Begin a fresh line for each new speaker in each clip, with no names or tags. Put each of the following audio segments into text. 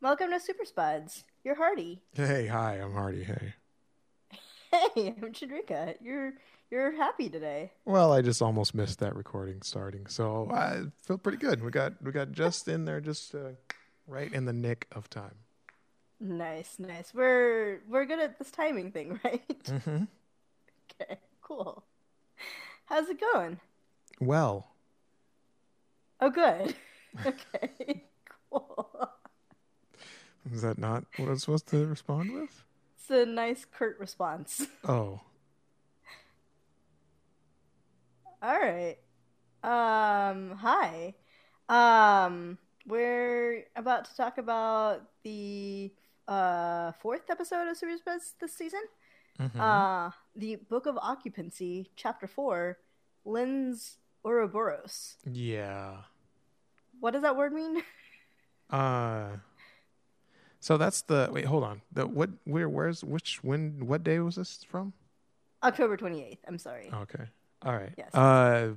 Welcome to Super Spuds. You're Hardy.
Hey, hi, I'm Hardy. Hey.
Hey, I'm Chandrika. You're you're happy today.
Well, I just almost missed that recording starting, so I feel pretty good. We got we got just in there, just uh, right in the nick of time.
Nice, nice. We're we're good at this timing thing, right?
Mm-hmm.
Okay, cool. How's it going?
Well,
Oh, good. Okay, cool.
is that not what I'm supposed to respond with?
It's a nice curt response.
Oh,
All right. Um, hi. Um, we're about to talk about the uh fourth episode of Super Spuds this season.
mhm.
Uh, the Book of Occupancy, Chapter 4, Lens Ouroboros.
yeah.
What does that word mean?
Uh, so that's the wait. Hold on. The what? Where? Where's which? When? What day was this from?
October 28th. I'm sorry.
Okay. All right.
Yes.
Uh,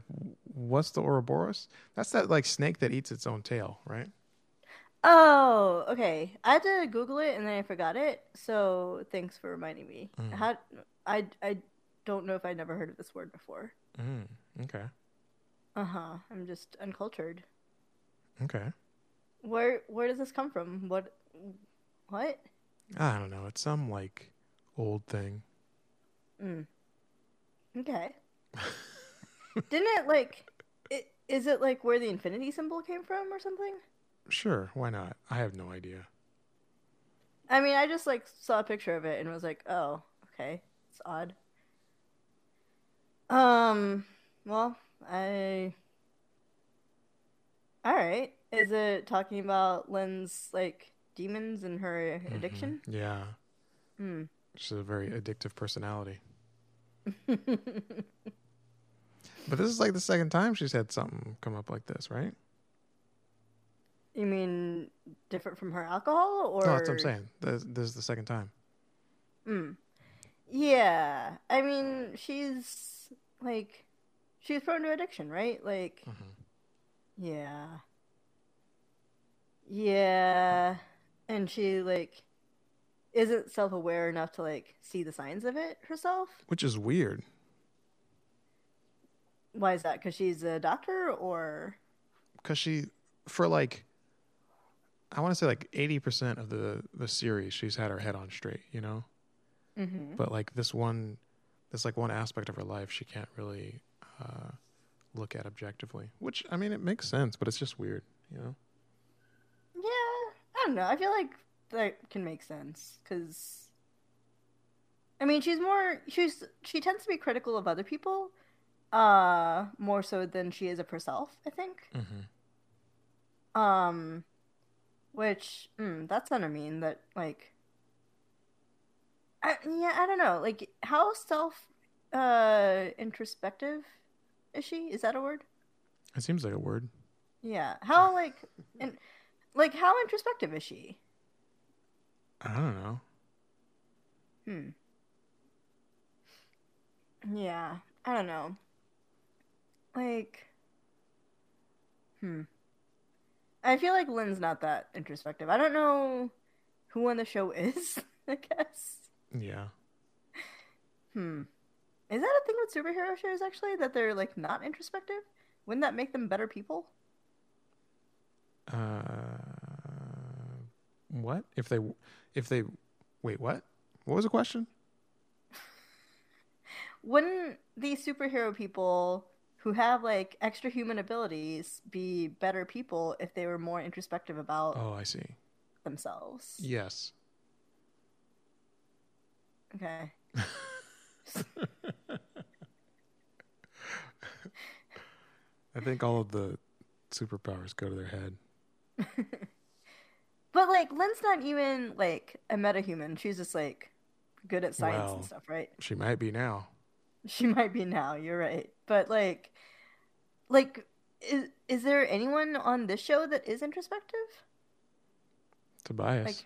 what's the Ouroboros? That's that like snake that eats its own tail, right?
Oh, okay. I had to Google it and then I forgot it. So thanks for reminding me.
Mm.
How, I, I don't know if I'd never heard of this word before.
Mm, okay.
Uh huh. I'm just uncultured.
Okay.
Where where does this come from? What what?
I don't know. It's some like old thing.
Mm. Okay. Didn't it like it, is it like where the infinity symbol came from or something?
Sure, why not? I have no idea.
I mean, I just like saw a picture of it and was like, "Oh, okay. It's odd." Um, well, I All right. Is it talking about Lynn's like demons and her addiction?
Mhm. Yeah,
Hmm.
she's a very addictive personality. But this is like the second time she's had something come up like this, right?
You mean different from her alcohol or
No, that's what I'm saying. This, this is the second time.
Mm. Yeah. I mean, she's like she's prone to addiction, right? Like
Mm.
yeah. Yeah. And she like isn't self-aware enough to like see the signs of it herself.
Which is weird.
Why is that? Because she's a doctor or
Because she, for like, I want to say like 80% of the, the series, she's had her head on straight, you know?
Mhm.
But like this one, this like one aspect of her life, she can't really uh, look at objectively. Which, I mean, it makes sense, but it's just weird, you know?
Yeah, I don't know. I feel like that can make sense because, I mean, she's more she's she tends to be critical of other people, uh, more so than she is of herself. I think.
Mm-hmm.
Um, which mm, that's kind of mean that like. I, yeah, I don't know. Like, how self uh introspective is she? Is that a word?
It seems like a word.
Yeah. How like, in, like how introspective is she?
I don't know.
Hmm. Yeah, I don't know. Like, hmm. I feel like Lynn's not that introspective. I don't know who on the show is, I guess.
Yeah.
Hmm. Is that a thing with superhero shows, actually, that they're, like, not introspective? Wouldn't that make them better people?
Uh, what if they if they wait? What? What was the question?
Wouldn't these superhero people who have, like, extra human abilities be better people if they were more introspective about
Oh, I see.
themselves?
Yes.
Okay.
I think all of the superpowers go to their head.
But like Lynn's not even like a metahuman. She's just like good at science
Well.
and stuff, right?
She might be now.
She might be now, you're right. But like like is is there anyone on this show that is introspective?
Tobias.
Like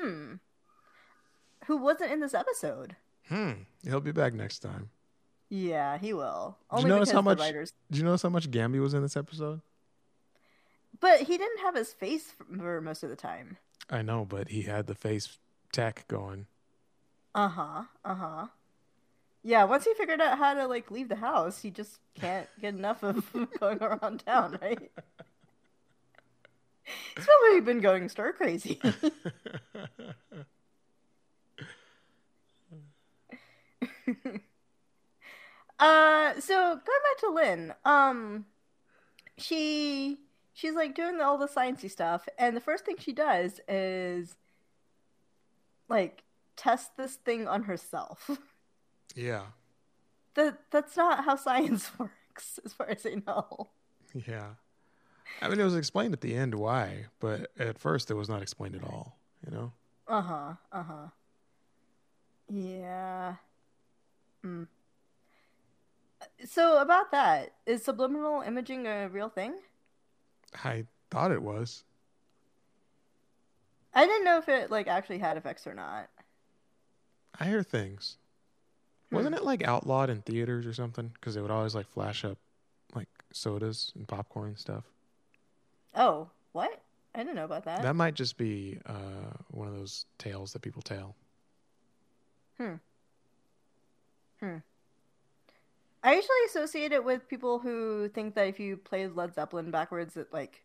mm. Who wasn't in this episode?
hmm. He'll be back next time.
Yeah, he will.
Did you
Only
notice
because
how
the
much-
writers
Did you notice how much Gambi was in this episode?
But he didn't have his face for most of the time.
I know, but he had the face tech going.
Uh huh. Uh huh. Yeah, once he figured out how to like leave the house, he just can't get enough of going around town, right? He's probably been going stir crazy. uh, so going back to Lynn, um, she she's like doing all the sciencey stuff, and the first thing she does is like test this thing on herself.
yeah.
That that's not how science works, as far as I know.
Yeah. I mean, it was explained at the end why, but at first it was not explained at all, you know?
Uh huh. Uh huh. Yeah. Mm. So about that, is subliminal imaging a real thing?
I thought it was.
I didn't know if it like actually had effects or not.
I hear things. Wasn't it like outlawed in theaters or something? Because they would always like flash up like sodas and popcorn and stuff.
Oh, what? I didn't know about that.
That might just be uh, one of those tales that people tell.
Hmm. Hmm. I usually associate it with people who think that if you play Led Zeppelin backwards, it like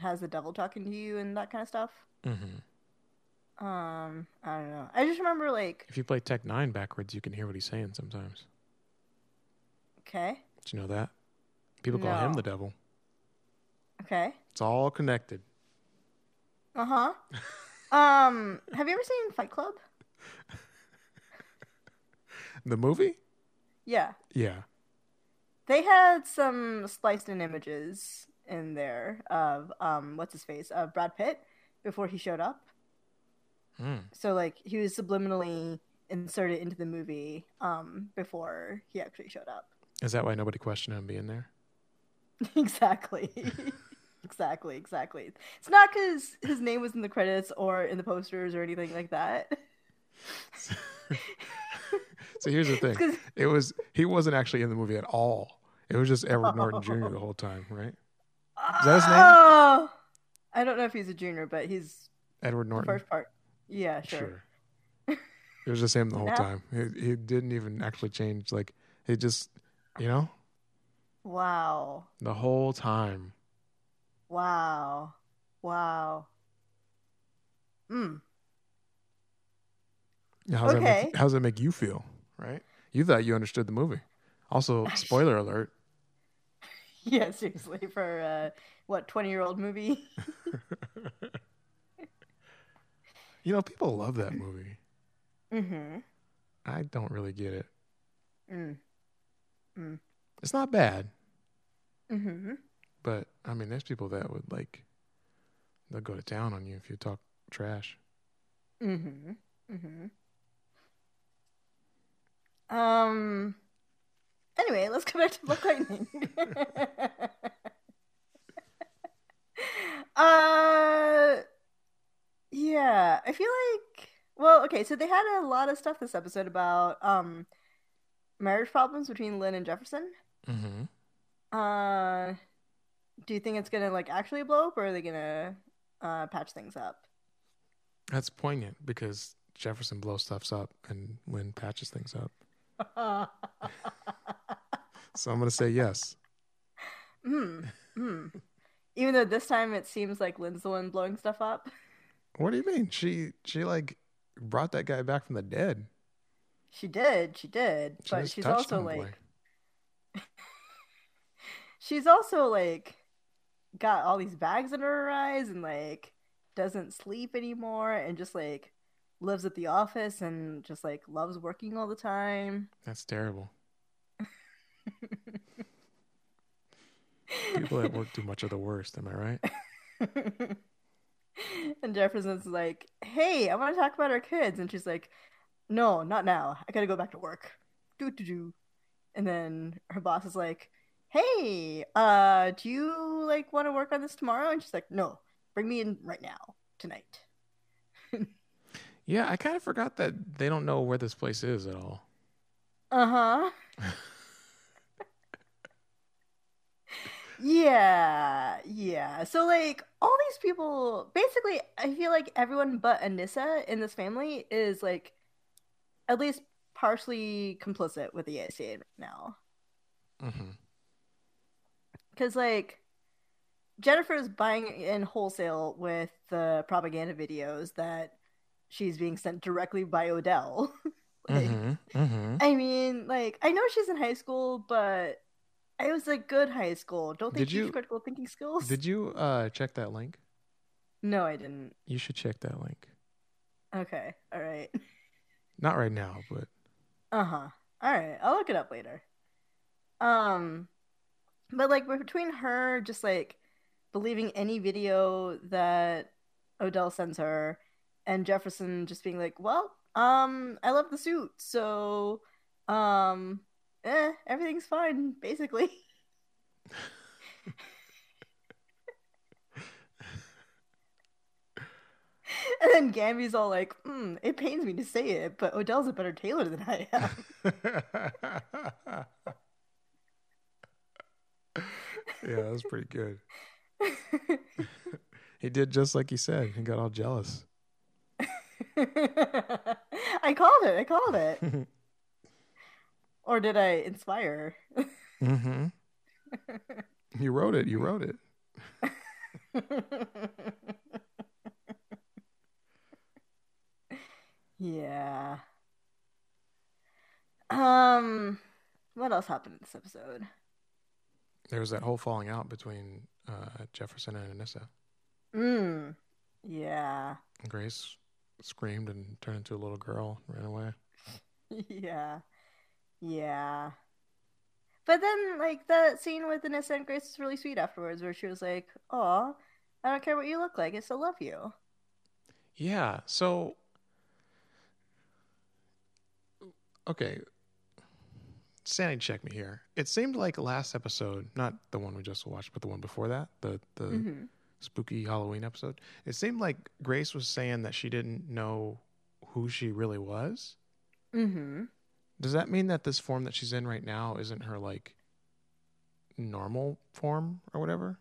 has the devil talking to you and that kind of stuff.
Mm-hmm.
Um, I don't know. I just remember like,
If you play Tech Nine backwards, you can hear what he's saying sometimes.
okay,
Did you know that? People call him
No.
the devil.
okay,
It's all connected.
uh huh. um, have you ever seen Fight Club?
The movie?
Yeah,
Yeah.
they had some spliced in images in there of um, what's his face of Brad Pitt before he showed up.
Mm.
so like he was subliminally inserted into the movie um before he actually showed up
Is that why nobody questioned him being there?
exactly exactly exactly it's not because his name was in the credits or in the posters or anything like that
So here's the thing.
'cause-
It was he wasn't actually in the movie at all. It was just Edward Norton Jr. the whole time, right? that his name?
oh i don't know if he's a junior but he's
Edward
the
Norton.
first part yeah sure,
It was just him the whole
Yeah.
time. He, he didn't even actually change. Like he just, you know,
wow
the whole time.
wow wow mm.
Now, How's that
Okay.
make, how's that make you feel? Right? You thought you understood the movie. Also, spoiler alert.
yeah seriously for uh what 20 year old movie
You know, people love that movie.
mm-hmm
I don't really get it.
mm.
It's not bad,
Mm-hmm.
but I mean, there's people that would like they'll go to town on you if you talk trash.
Mm-hmm. Mm-hmm. Um. Anyway, let's go back to Black Lightning. uh. Yeah, I feel like. Well, okay, so they had a lot of stuff this episode about um, marriage problems between Lynn and Jefferson.
Mm-hmm.
Uh, do you think it's gonna like actually blow up, or are they gonna uh, patch things up?
That's poignant because Jefferson blows stuffs up and Lynn patches things up. So I'm gonna say yes.
Hmm. Hmm. Even though this time it seems like Lynn's the one blowing stuff up.
What do you mean? She she like brought that guy back from the dead.
She did. She did.
She
but
just
she's
touched
also
on the
like
boy.
she's also like got all these bags under her eyes and like doesn't sleep anymore and just like lives at the office and just like loves working all the time.
That's terrible. People at work do much of the worst. Am I right?
and Jefferson's like, "Hey, I want to talk about our kids," and she's like, "No, not now. I gotta go back to work." Do do do. And then her boss is like, "Hey, uh, do you like want to work on this tomorrow?" And she's like, "No, bring me in right now, tonight."
Yeah, I kind of forgot that they don't know where this place is at all.
Uh-huh. Uh huh. Yeah, yeah. So like all these people, basically, I feel like everyone but Anissa in this family is like at least partially complicit with the ACA right now.
hmm
Because like Jennifer's buying in wholesale with the propaganda videos that she's being sent directly by Odell. like,
hmm hmm
I mean, like I know she's in high school, but it was like good high school. Don't they
Did
teach
you-
critical thinking skills?
Did you uh, check that link?
No, I didn't.
You should check that link.
Okay, all right.
Not right now, but
Uh huh. All right, I'll look it up later. Um, but like between her just like believing any video that Odell sends her, and Jefferson just being like, "Well, um, I love the suit, so, um, eh, everything's fine, basically." And then Gamby's all like, mm, "It pains me to say it, but Odell's a better tailor than I am."
yeah, that was pretty good. He did just like he said. He got all jealous.
I called it. I called it. Or did I inspire?
mm-hmm. You wrote it. You wrote it.
yeah. Um, what else happened in this episode?
There was that whole falling out between uh, Jefferson and Anissa.
Mm. Yeah.
Grace screamed and turned into a little girl, ran away.
Yeah. Yeah. But then, like, that scene with Anissa and Grace is really sweet afterwards, where she was like, Aw, I don't care what you look like, I still love you.
Yeah. So, okay. Sanity check me here. It seemed like last episode, not the one we just watched, but the one before that, the the
hmm
spooky Halloween episode. It seemed like Grace was saying that she didn't know who she really was.
hmm
Does that mean that this form that she's in right now isn't her like normal form or whatever?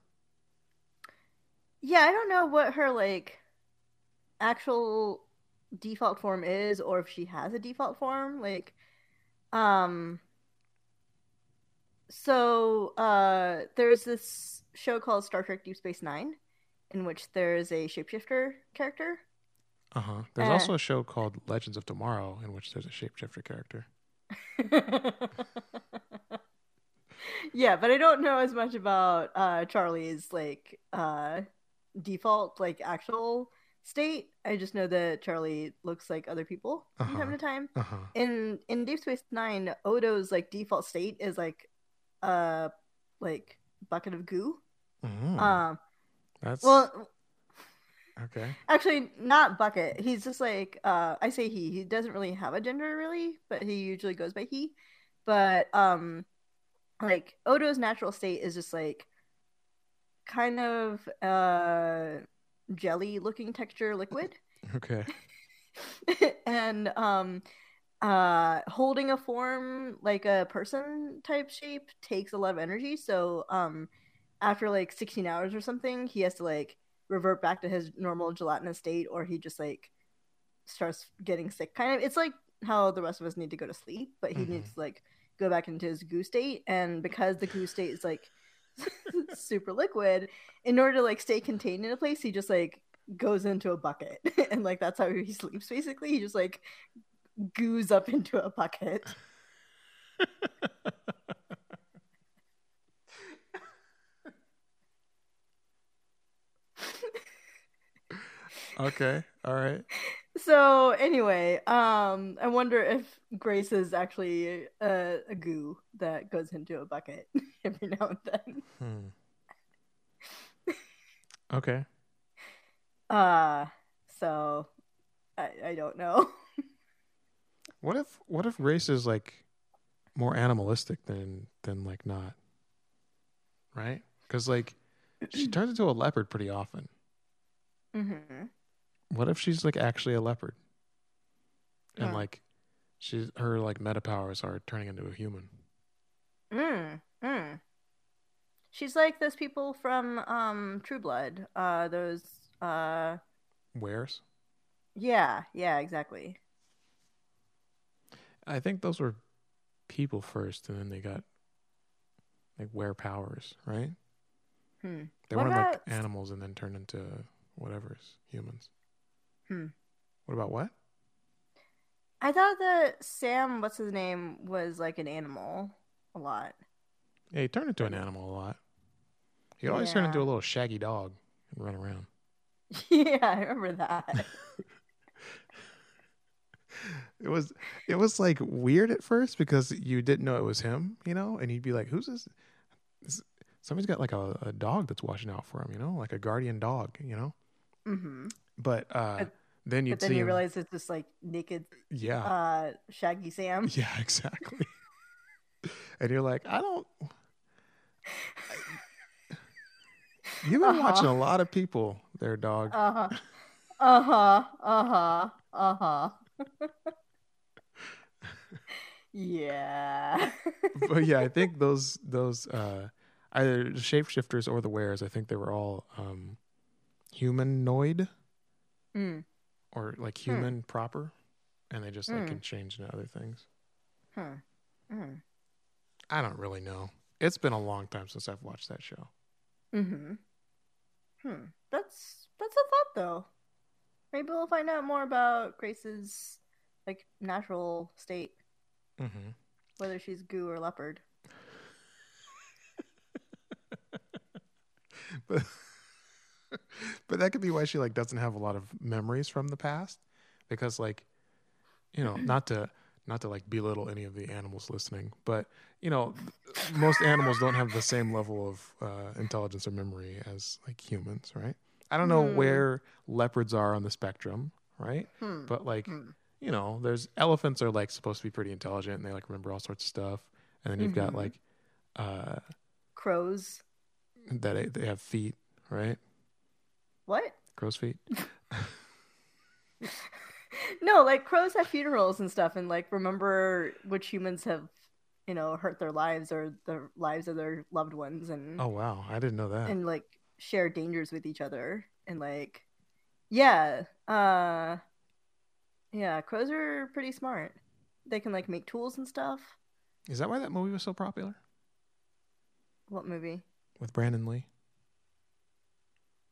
Yeah, I don't know what her, like, actual default form is, or if she has a default form. Like, um, so, uh, there's this show called Star Trek Deep Space Nine, in which there's a shapeshifter character.
Uh huh. There's
Uh.
also a show called Legends of Tomorrow in which there's a shapeshifter character.
yeah, but I don't know as much about uh, Charlie's like uh, default, like actual state. I just know that Charlie looks like other people from time
Uh-huh.
to time.
Uh huh.
In in Deep Space Nine, Odo's like default state is like a like bucket of goo.
Mm,
Um,
that's
well,
okay.
actually, not bucket. He's just like uh, I say he. He doesn't really have a gender really, but he usually goes by he. But um, like Odo's natural state is just like kind of uh jelly looking texture liquid
Okay.
and um uh holding a form like a person type shape takes a lot of energy so um after like 16 hours or something he has to like revert back to his normal gelatinous state or he just like starts getting sick kind of it's like how the rest of us need to go to sleep but he
Mhm.
needs to like go back into his goo state and because the goo state is like super liquid in order to like stay contained in a place he just like goes into a bucket and like that's how he sleeps basically he just like goos up into a bucket
Okay. All right.
so anyway um i wonder if grace is actually a, a goo that goes into a bucket every now and then
Hmm. Okay.
uh so i, I don't know
What if what if race is like more animalistic than than like not? Right? Cuz like she turns into a leopard pretty often.
hmm
What if she's like actually a leopard? And
Huh.
like she's her like meta powers are turning into a human.
Mm, mm. She's like those people from um, True Blood. Uh, those. Uh,
Wares.
yeah, yeah, exactly.
I think those were people first, and then they got like wear powers, right?
Hmm.
They
What
weren't like
about-
animals and then turned into whatever's humans.
Hmm.
What about what?
I thought that Sam, what's his name, was like an animal a lot.
Yeah, he turned into an animal a lot. He always turned
Yeah.
into a little shaggy dog and run around.
yeah, I remember that.
It was it was like weird at first because you didn't know it was him, you know, and you'd be like, "Who's this?" this somebody's got like a, a dog that's watching out for him, you know, like a guardian dog, you know.
hmm
But uh,
But-
then you'd
But then
see
you
him-
realize it's just like naked,
yeah,
uh, Shaggy Sam.
Yeah, exactly. and you're like, I don't. You've been
Uh-huh.
watching a lot of people, their dog.
Uh huh. Uh huh. Uh huh. Uh huh. yeah.
but yeah, I think those those uh, either the shapeshifters or the wares. I think they were all um, humanoid
Mm.
or like human proper, and they just like
Hmm.
can change into other things.
Huh. Mm.
I don't really know. It's been a long time since I've watched that show.
Mm-hmm. Hmm. That's that's a thought though. Maybe we'll find out more about Grace's like natural state,
Mm-hmm.
whether she's goo or leopard.
but but that could be why she like doesn't have a lot of memories from the past because like you know not to not to like belittle any of the animals listening but you know most animals don't have the same level of uh, intelligence or memory as like humans right i don't know
Hmm.
where leopards are on the spectrum right
Hmm.
but like
Hmm.
you know there's elephants are like supposed to be pretty intelligent and they like remember all sorts of stuff and then you've got
Mhm.
like uh
Crows.
that they have feet right
What?
crow's feet
No, like crows have funerals and stuff, and like remember which humans have, you know, hurt their lives or the lives of their loved ones, and
Oh wow, I didn't know that.
Mm. and like share dangers with each other, and like, yeah, uh, yeah, crows are pretty smart. They can like make tools and stuff.
Is that why that movie was so popular
What movie?
with Brandon Lee?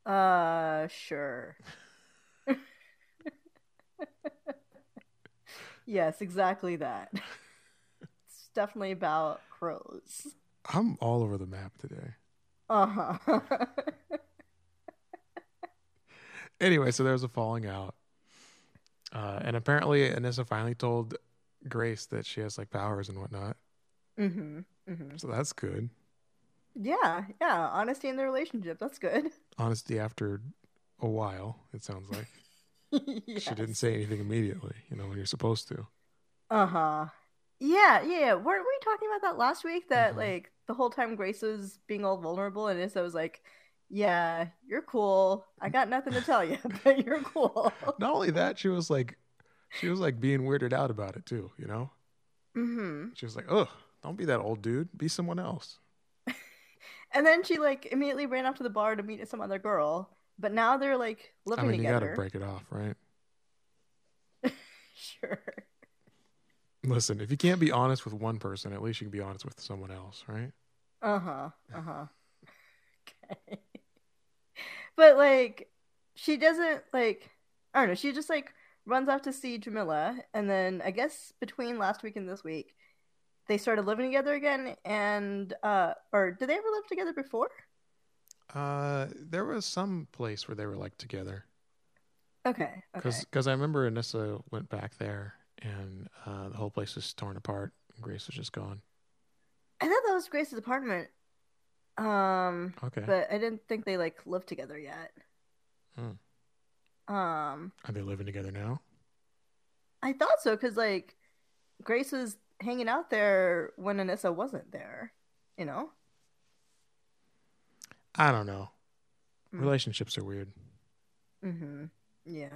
Uh, sure. yes, exactly that. It's definitely about crows.
I'm all over the map today.
Uh huh.
Anyway, so there was a falling out, uh, and apparently Anissa finally told Grace that she has like powers and whatnot. Mm-hmm,
hmm hmm
So that's good.
Yeah, yeah. Honesty in the relationship. That's good.
Honesty after a while, it sounds like
yes.
she didn't say anything immediately. You know when you're supposed to.
Uh huh. Yeah, yeah. Weren't we talking about that last week? That
Mhm.
like the whole time Grace was being all vulnerable, and Issa was like, "Yeah, you're cool. I got nothing to tell you, but you're cool."
Not only that, she was like, she was like being weirded out about it too. You know,
hmm
she was like, "Ugh, don't be that old dude. Be someone else."
And then she like immediately ran off to the bar to meet some other girl. But now they're like
I
living
mean, you
together.
gotta break it off, right?
Sure.
Listen, if you can't be honest with one person, at least you can be honest with someone else, right?
Uh huh. Uh huh. okay. But like, she doesn't like. I don't know. She just like runs off to see Jamila, and then I guess between last week and this week, they started living together again. And uh, or did they ever live together before?
Uh, there was some place where they were like together
Okay. Okay.
because I remember Anissa went back there and uh, the whole place was torn apart. and Grace was just gone.
I thought that was Grace's apartment. Um.
Okay,
but I didn't think they like lived together yet. Hmm. Um,
are they living together now?
I thought so because like Grace was hanging out there when Anissa wasn't there. You know?
I don't know.
Mm.
Relationships are weird.
Mm-hmm. Yeah.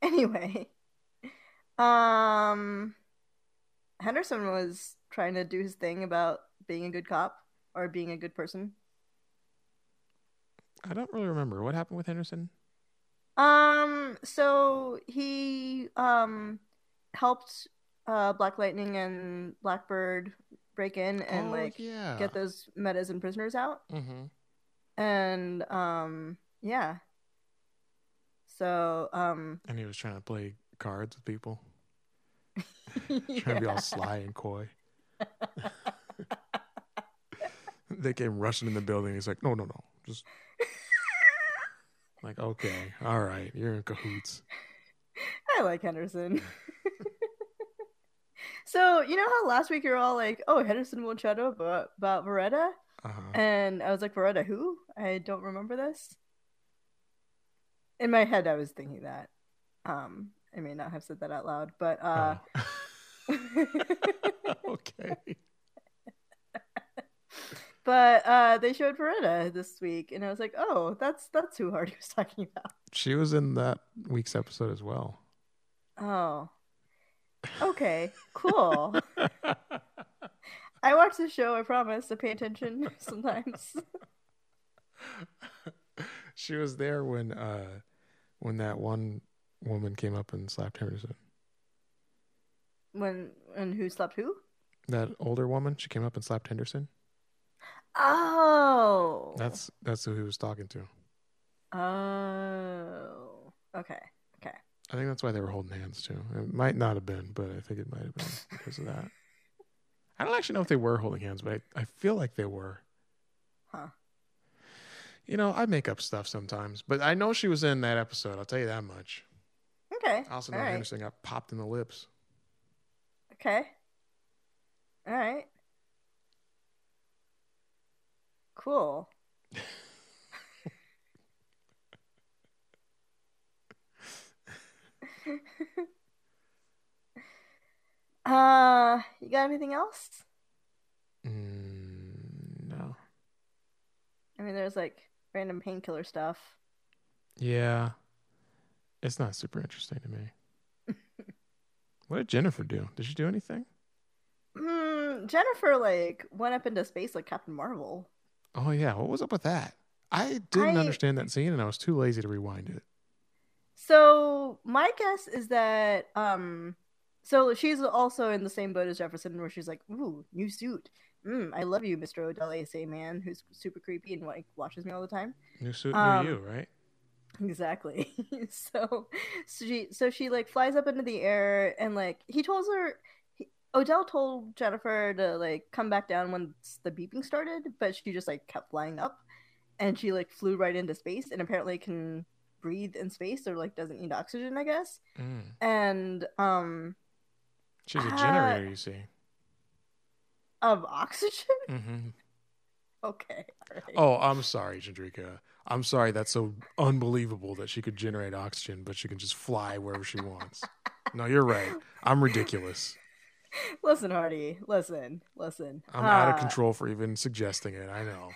Anyway, um, Henderson was trying to do his thing about being a good cop or being a good person.
I don't really remember what happened with Henderson.
Um, so he um helped uh Black Lightning and Blackbird break in and
oh,
like
yeah.
get those metas and prisoners out.
mm-hmm.
And um yeah. So um
And he was trying to play cards with people, trying to be all
yeah.
sly and coy. they came rushing in the building. He's like, no, no, no. Just like, okay, all right, you're in cahoots.
I like Henderson. so you know how last week you're all like, "Oh, Henderson won't shut up about, about Beretta,"
Uh-huh.
and I was like, "Beretta who? I don't remember this." In my head, I was thinking that. Um, I may not have said that out loud, but uh,
oh. okay.
but uh, they showed Beretta this week, and I was like, "Oh, that's that's who Hardy was talking about."
She was in that week's episode as well.
Oh, okay, cool. I watch the show. I promise. I pay attention sometimes.
she was there when uh when that one woman came up and slapped Henderson.
When and who slept who?
That older woman, she came up and slapped Henderson.
Oh.
That's that's who he was talking to.
Oh. Okay.
I think that's why they were holding hands too. It might not have been, but I think it might have been because of that. I don't actually know if they were holding hands, but I, I feel like they were.
Huh.
You know, I make up stuff sometimes, but I know she was in that episode. I'll tell you that much.
Okay.
I also know
All right.
Henderson got popped in the lips.
Okay. All right. Cool. uh, you got anything else?
Mm, no.
I mean, there's like random painkiller stuff.
Yeah. It's not super interesting to me. what did Jennifer do? Did she do anything?
Hmm, Jennifer like went up into space like Captain Marvel.
Oh yeah. What was up with that? I didn't
I-
understand that scene and I was too lazy to rewind it.
So my guess is that um so she's also in the same boat as Jefferson where she's like, Ooh, new suit. Mm, I love you, Mr. Odell ASA man, who's super creepy and like watches me all the time.
New suit, new
Um,
you, right?
Exactly. so, so she so she like flies up into the air and like he tells her he, Odell told Jennifer to like come back down once the beeping started, but she just like kept flying up and she like flew right into space and apparently can breathe in space or like doesn't need oxygen, I guess.
Mm.
And um
She's a
Uh,
generator, you see.
of oxygen?
hmm
Okay. All right.
Oh, I'm sorry, Chandrika. I'm sorry. That's so unbelievable that she could generate oxygen, but she can just fly wherever she wants. no, you're right. I'm ridiculous.
Listen, Hardy. Listen. Listen.
I'm out of
Uh,
control for even suggesting it. I know.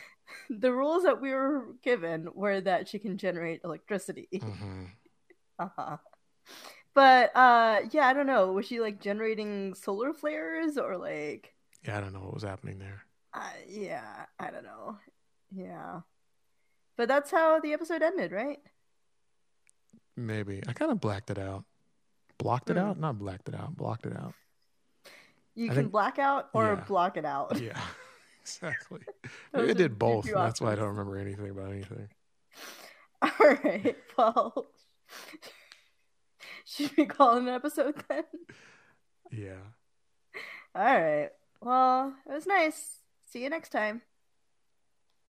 The rules that we were given were that she can generate electricity.
hmm
Uh-huh. But uh yeah, I don't know. Was she like generating solar flares or like
Yeah, I don't know what was happening there.
uh, yeah, I don't know. Yeah. But that's how the episode ended, right?
Maybe I kind of blacked it out. Blocked it
Hmm.
out? Not blacked it out. Blocked it out.
You
I
can
think-
black out or
yeah.
block it out.
Yeah, exactly.
Those
Maybe I
are
did
your
both.
two
and That's why I
options.
don't remember anything about anything.
All right. Well, should we call it an episode then?
Yeah.
All right. Well, it was nice. See you next time.